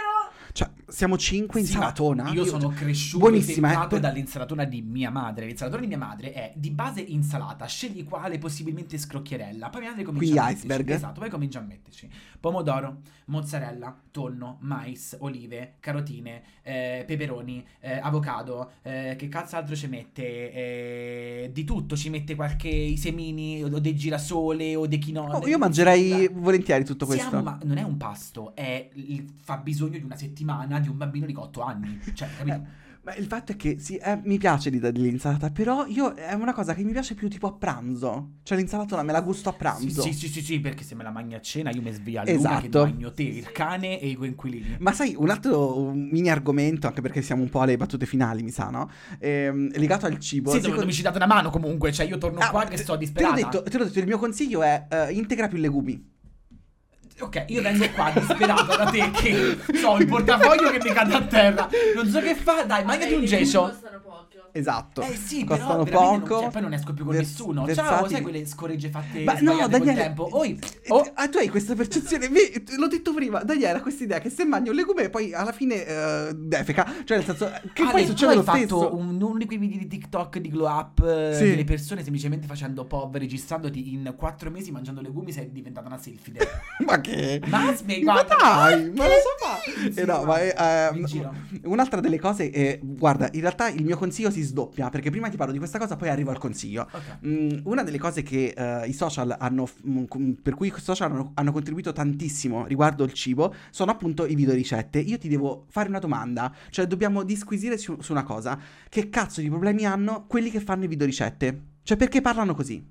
S2: Cioè, siamo cinque
S1: Sì, ma
S2: insalatona?
S1: Io sono cresciuto
S2: Buonissima, eh,
S1: tentato
S2: per-
S1: dall'insalatona di mia madre. L'insalatona di mia madre è di base insalata, scegli quale, possibilmente scrocchierella. Poi mia madre comincia
S2: Quindi
S1: a metterci.
S2: iceberg.
S1: Esatto, poi comincia a metterci pomodoro, mozzarella, tonno, mais, olive, carotine, eh, peperoni, eh, avocado, eh, che cazzo altro ci mette? Eh, di tutto, ci mette qualche i semini o dei girasole o dei quinoa.
S2: Oh, io mangerei volentieri tutto questo.
S1: Siamo, ma non è un pasto, è il fabbisogno di una settimana di un bambino di 8 anni. Cioè, capito?
S2: Ma il fatto è che sì, eh, mi piace l'idea dell'insalata, però io è una cosa che mi piace più tipo a pranzo. Cioè l'insalatona me la gusto a
S1: Sì,
S2: pranzo.
S1: sì, sì, sì, sì, perché se me la magni a cena io mi sveglio all'una che
S2: Esatto.
S1: bagno te, il cane e i coinquilini.
S2: Ma sai, un altro mini argomento, anche perché siamo un po' alle battute finali, mi sa, no? Ehm, legato al cibo.
S1: Sì,
S2: secondo-
S1: secondo... mi ci date una mano comunque, cioè io torno
S2: Ah,
S1: qua che sto
S2: Te l'ho,
S1: disperata.
S2: detto, te l'ho detto, il mio consiglio è eh, integra più legumi.
S1: Ok, io vengo qua disperato da te che ho il portafoglio che mi cade a terra. Non so che fa, dai, mangiati un gesso.
S3: Costano poco.
S2: Esatto.
S1: Eh sì,
S2: Costano
S1: però veramente
S2: poco.
S1: Non, cioè, poi non esco più con
S2: Vers-
S1: nessuno. Ciao,
S2: versatili.
S1: sai quelle scoregge fatte
S2: Ma
S1: sbagliate
S2: no,
S1: col
S2: Daniele.
S1: tempo? Oi,
S2: eh,
S1: oh,
S2: ah, tu hai questa percezione. mi- L'ho detto prima, Daniele ha questa idea che se mangi un legume poi alla fine eh, defeca. Cioè, nel senso, che
S1: Ale,
S2: poi
S1: tu
S2: succede
S1: hai
S2: lo
S1: fatto
S2: stesso.
S1: Un, uno di quei video di TikTok di glow up eh,
S2: Sì.
S1: delle persone semplicemente facendo pop, registrandoti in quattro mesi mangiando legumi, sei diventata una selfie.
S2: Ma che...
S1: Ma smetti,
S2: Ma
S1: guarda,
S2: dai,
S1: ma
S2: ma lo
S1: che
S2: so fare.
S1: dici?
S2: Eh no,
S1: Sì,
S2: ma è,
S1: guarda,
S2: ehm,
S1: mi giro.
S2: un'altra delle cose è, guarda, in realtà il mio consiglio si sdoppia, perché prima ti parlo di questa cosa, poi arrivo al consiglio.
S1: Ok.
S2: Mm, Una delle cose che eh, i social hanno, f- mm, com- per cui i social hanno, hanno contribuito tantissimo riguardo il cibo, sono appunto i video ricette. Io ti devo fare una domanda, cioè dobbiamo disquisire su, su una cosa. Che cazzo di problemi hanno quelli che fanno i video ricette? Cioè perché parlano così?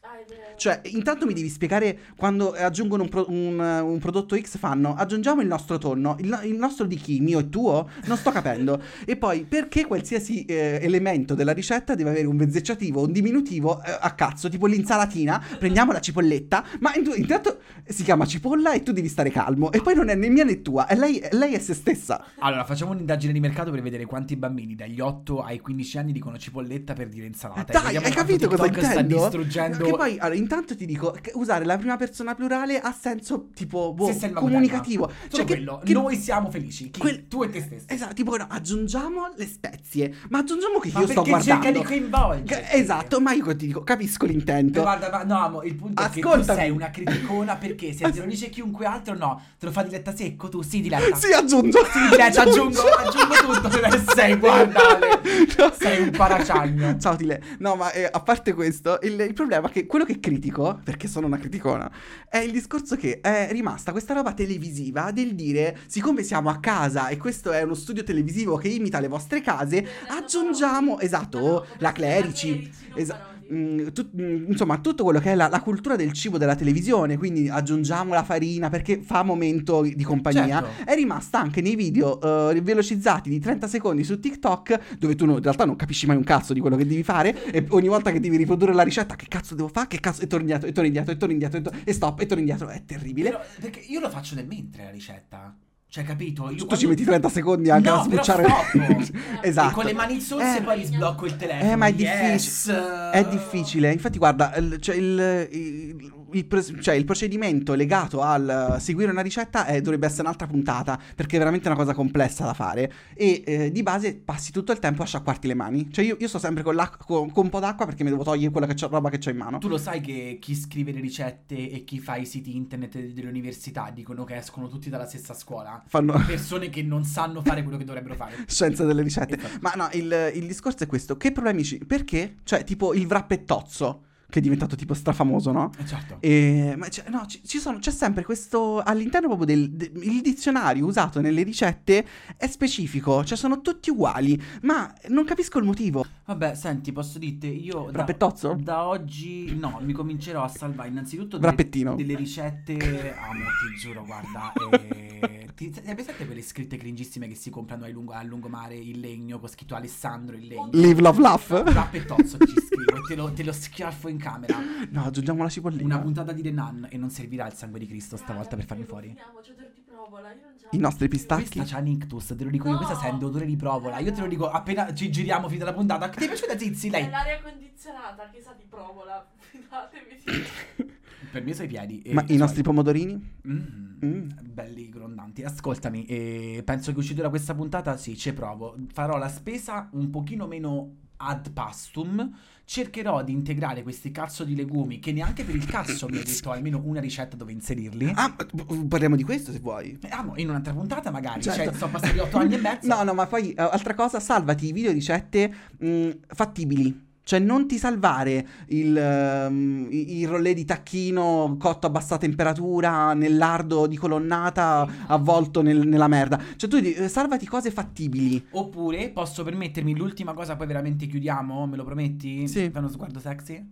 S3: Ah, è vero.
S2: Cioè intanto mi devi spiegare quando eh, aggiungono un, pro- un, eh, un prodotto X fanno aggiungiamo il nostro tonno, il, no- il nostro di chi? Mio e tuo? Non sto capendo. e poi perché qualsiasi eh, elemento della ricetta deve avere un vezzeggiativo, un diminutivo eh, a cazzo, tipo l'insalatina, prendiamo la cipolletta, ma in- intanto si chiama cipolla e tu devi stare calmo e poi non è né mia né tua, è lei, lei è se stessa.
S1: Allora, facciamo un'indagine di mercato per vedere quanti bambini dagli 8 ai 15 anni dicono cipolletta per dire insalata. E
S2: Dai,
S1: vediamo
S2: hai
S1: quanto
S2: capito cosa
S1: TikTok sta
S2: intendo?
S1: distruggendo
S2: Che poi, allora, intanto ti dico, che usare la prima persona plurale ha senso tipo boh,
S1: Se sei il Mago
S2: comunicativo.
S1: Solo
S2: Cioè, che,
S1: quello,
S2: che-
S1: noi siamo felici, chi?
S2: Quel-
S1: tu e te stesso.
S2: Esatto, tipo no, aggiungiamo le spezie, ma aggiungiamo che
S1: Ma
S2: io sto
S1: perché cerca
S2: guardando.
S1: di coinvolgere.
S2: Che- esatto, ma io ti dico, capisco l'intento.
S1: Guarda, ma no, amo, il punto è che tu
S2: Ascoltami.
S1: sei una criticona perché se te lo dice chiunque altro, no, te lo fa diletta secco, tu sì diletta.
S2: Sì, aggiungo.
S1: Sì, diletta, aggiungo, aggiungo tutto, te ne sei, guarda. Ale.
S2: No.
S1: Sei un paraciagno.
S2: Ciao Tile. No, ma eh, a parte questo, il, il problema è che quello che critico, perché sono una criticona, è il discorso che è rimasta questa roba televisiva del dire, siccome siamo a casa e questo è uno studio televisivo che imita le vostre case, aggiungiamo, esatto,
S3: Ma no,
S2: oh, la Clerici.
S3: non
S2: Esa-
S3: Parodi.
S2: mm, tut- mm, insomma, tutto quello che è la, la cultura del cibo della televisione, quindi aggiungiamo la farina perché fa momento di compagnia,
S1: Certo.
S2: è rimasta anche nei video eh, velocizzati di 30 secondi su TikTok, dove tu no- in realtà non capisci mai un cazzo di quello che devi fare, e ogni volta che devi riprodurre la ricetta, che cazzo devo fare, che cazzo, e torni indietro, e torni indietro, e torni indietro, e, tor- e stop, e torni indietro, è terribile.
S1: Però- perché io lo faccio nel mentre la ricetta. Cioè, capito? Io
S2: tu
S1: quando-
S2: ci metti 30 secondi anche
S1: No,
S2: a
S1: però
S2: sbucciare
S1: stoppo.
S2: esatto.
S1: E con le mani zozze
S2: Eh.
S1: poi risblocco il telefono.
S2: Eh, ma è
S1: Yes.
S2: È difficile, infatti guarda, il, cioè, il, il- il pres- cioè, il procedimento legato al eh, seguire una ricetta eh, dovrebbe essere un'altra puntata, perché è veramente una cosa complessa da fare e eh, di base passi tutto il tempo a sciacquarti le mani, cioè io, io sto sempre con, l'acqua- con, con un po' d'acqua perché mi devo togliere quella che c'ho- roba che ho in mano.
S1: Tu lo sai che chi scrive le ricette e chi fa i siti internet delle università dicono che escono tutti dalla stessa scuola?
S2: Fanno
S1: Persone che non sanno fare quello che dovrebbero fare.
S2: scienza delle ricette.
S1: Esatto.
S2: Ma no, il, il discorso è questo, che problemi ci... perché? Cioè tipo il vrappettozzo, che è diventato tipo strafamoso, no?
S1: Eh, Certo.
S2: E- ma c'è, no, ci- ci sono- c'è sempre questo all'interno proprio del, de- il dizionario usato nelle ricette è specifico, cioè sono tutti uguali, ma non capisco il motivo.
S1: Vabbè, senti, posso dirti, io da,
S2: Brappettozzo?
S1: da oggi no, mi comincerò a salvare innanzitutto delle,
S2: Brappettino.
S1: delle ricette. Amo, ti giuro, guarda. eh, ti, sai- presente quelle scritte cringissime che si comprano ai lungo- al lungomare in legno con scritto Alessandro in legno?
S2: Live love laugh.
S1: Brappettozzo ci scrivo, te lo, te lo schiaffo in camera.
S2: No, aggiungiamo la cipollina.
S1: Una puntata di Renan e non servirà il sangue di Cristo stavolta per farmi fuori.
S3: Continuiamo, c'è odore di provola, io non ce la
S2: I nostri
S3: faccio più.
S2: pistacchi.
S1: Questa c'ha l'ictus, te lo dico io,
S3: No.
S1: questa sente odore di provola. Io te lo dico appena ci giriamo finita la puntata. Ti è piaciuta Zizi?
S3: È
S1: Lei
S3: l'aria condizionata che sa di provola. Fidatevi.
S1: per me i suoi piedi. e
S2: Ma i
S1: suoi-
S2: nostri pomodorini?
S1: Mm,
S2: Mm.
S1: Belli grondanti. Ascoltami, eh, penso che uscito da questa puntata sì, ci provo. Farò la spesa un pochino meno ad pastum. Cercherò di integrare questi cazzo di legumi che neanche per il cazzo mi ha detto almeno una ricetta dove inserirli.
S2: Ah, p- parliamo di questo se vuoi.
S1: Eh, ah, mo, in un'altra puntata magari. Cioè,
S2: Certo.
S1: sono passati otto anni e mezzo.
S2: No, no, ma poi eh, altra cosa, salvati i video ricette mh, fattibili. Cioè, non ti salvare il, ehm, i- il rollè di tacchino cotto a bassa temperatura, nel lardo di colonnata avvolto nel- nella merda. Cioè, tu di- eh, salvati cose fattibili.
S1: Oppure posso permettermi l'ultima cosa, poi veramente chiudiamo? Me lo prometti?
S2: Sì.
S1: Fai uno sguardo sexy?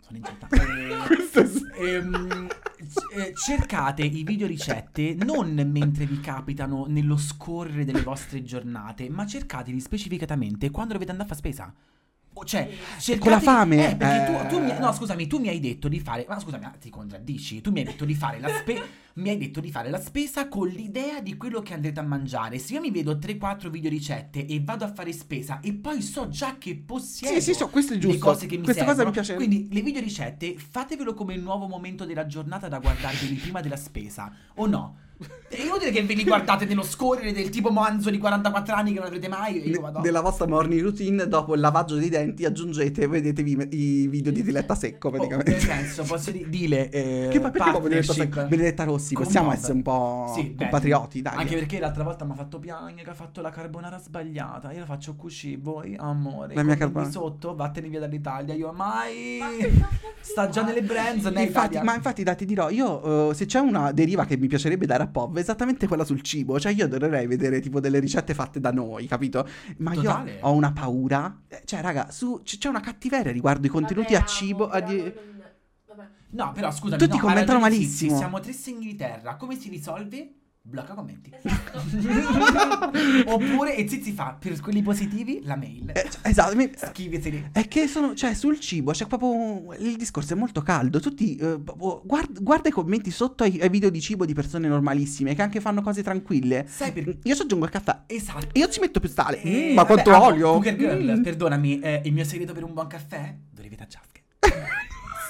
S1: Sono ingettata.
S2: Questo è s-
S1: Eh, Ehm, c- eh, cercate i video ricette non mentre vi capitano nello scorrere delle vostre giornate, ma cercateli specificatamente quando dovete andare a fare spesa. O cioè, cercate
S2: Con la fame,
S1: Eh, perché tu, tu mi,
S2: eh.
S1: no, scusami, tu mi hai detto di fare. Ma scusami, ah, ti contraddici. Tu mi hai detto di fare la spesa. mi hai detto di fare la spesa con l'idea di quello che andrete a mangiare. Se io mi vedo 3-4 video ricette e vado a fare spesa e poi so già che possiedo
S2: Sì, sì, so, questo è
S1: le
S2: giusto.
S1: cose che mi
S2: Questa cosa mi
S1: servono.
S2: piace.
S1: Quindi le videoricette fatevelo come un nuovo momento della giornata da guardarveli prima della spesa o no? È inutile che ve li guardate dello scorrere del tipo Manzo di 44 anni che non avrete mai. E io vado.
S2: Della vostra morning routine, dopo il lavaggio dei denti, aggiungete, vedetevi i video di Diletta Secco
S1: Oh,
S2: praticamente.
S1: nel senso, posso di- dire. Eh,
S2: Che poi perché come Benedetta,
S1: partnership
S2: Sec- Benedetta Rossi?
S1: con
S2: Possiamo
S1: Bob.
S2: essere un po'
S1: Sì, beh,
S2: compatrioti, dai.
S1: Anche perché l'altra volta mi ha fatto piangere che ha fatto la carbonara sbagliata. Io la faccio così, voi amore.
S2: La mia
S1: commenti
S2: carbonara.
S1: sotto, vattene via dall'Italia. Io mai.
S3: Ma che cacchio-
S1: Sta già nelle brands. né
S2: Infatti,
S1: Italia.
S2: ma infatti, dai, ti dirò, io eh, se c'è una deriva che mi piacerebbe dare a Pov, è esattamente quella sul cibo. Cioè, io adorerei vedere tipo delle ricette fatte da noi, capito? Ma
S1: Totale.
S2: io ho una paura. Eh, Cioè, raga, su, c- c'è una cattiveria riguardo i contenuti
S3: Vabbè,
S2: a cibo.
S3: amo,
S2: a
S3: però
S2: di-
S3: non- vabbè.
S1: No, però scusami.
S2: Tutti
S1: no, ha
S2: commentano
S1: ragione, sì,
S2: malissimo.
S1: sì, siamo tre in Inghilterra. Come si risolve? Blocca commenti.
S3: Esatto.
S1: Oppure, e Zizi fa per quelli positivi la mail.
S2: Eh, cioè, esatto, mi-
S1: Scriveteli.
S2: È che sono, cioè, sul cibo c'è proprio. Il discorso è molto caldo. Tutti. eh, proprio- guard- guarda i commenti sotto ai, ai video di cibo di persone normalissime che anche fanno cose tranquille.
S1: Sai perché?
S2: Io ci aggiungo il caffè.
S1: Esatto.
S2: Io ci metto più sale.
S1: Eh,
S2: Mm, ma
S1: vabbè,
S2: quanto
S1: ah,
S2: olio!
S1: Booker Girl,
S2: Mm.
S1: perdonami, eh, il mio segreto per un buon caffè? Dorivita Jaskin.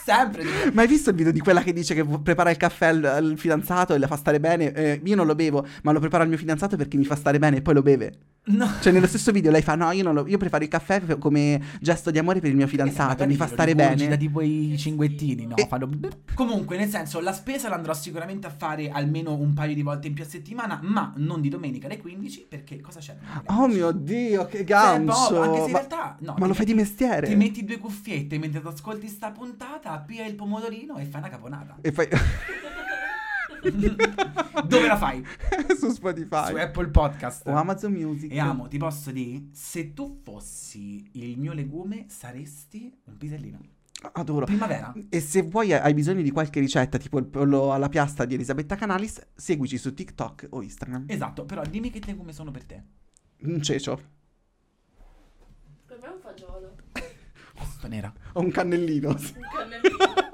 S1: Sempre. di-
S2: Ma hai visto il video di quella che dice che vu- prepara il caffè al, al fidanzato e la fa stare bene? Eh, io non lo bevo, ma lo prepara il mio fidanzato perché mi fa stare bene e poi lo beve.
S1: No.
S2: Cioè, nello stesso video lei fa: No, io, non lo- io preparo il caffè per- come gesto di amore per il
S1: Eh,
S2: mio fidanzato, mi fa stare
S1: Da
S2: bene.
S1: tipo i cinguettini, no?
S2: E-
S1: Fanno... Comunque, nel senso, la spesa l'andrò sicuramente a fare almeno un paio di volte in più a settimana, ma non di domenica alle 15, perché cosa c'è?
S2: Oh mio dio, che
S1: Cioè,
S2: gancio!
S1: boh, anche se in
S2: ma,
S1: realtà, no,
S2: ma lo
S1: ti
S2: fai di
S1: metti-
S2: mestiere?
S1: Ti metti due cuffiette mentre ti ascolti sta puntata, appia il pomodorino e fai una caponata.
S2: E fai.
S1: Dove la fai?
S2: su Spotify
S1: Su Apple Podcast.
S2: o Oh, Amazon Music.
S1: E amo, ti posso dire, se tu fossi il mio legume, saresti un pisellino.
S2: Adoro.
S1: Primavera.
S2: E se vuoi hai bisogno di qualche ricetta, tipo il pollo alla piastra di Elisabetta Canalis, seguici su TikTok o Instagram.
S1: Esatto, però dimmi che legume sono per te.
S2: Un cecio.
S3: Per me è un fagiolo.
S1: Posto nera.
S2: Ho un cannellino.
S3: Un cannellino.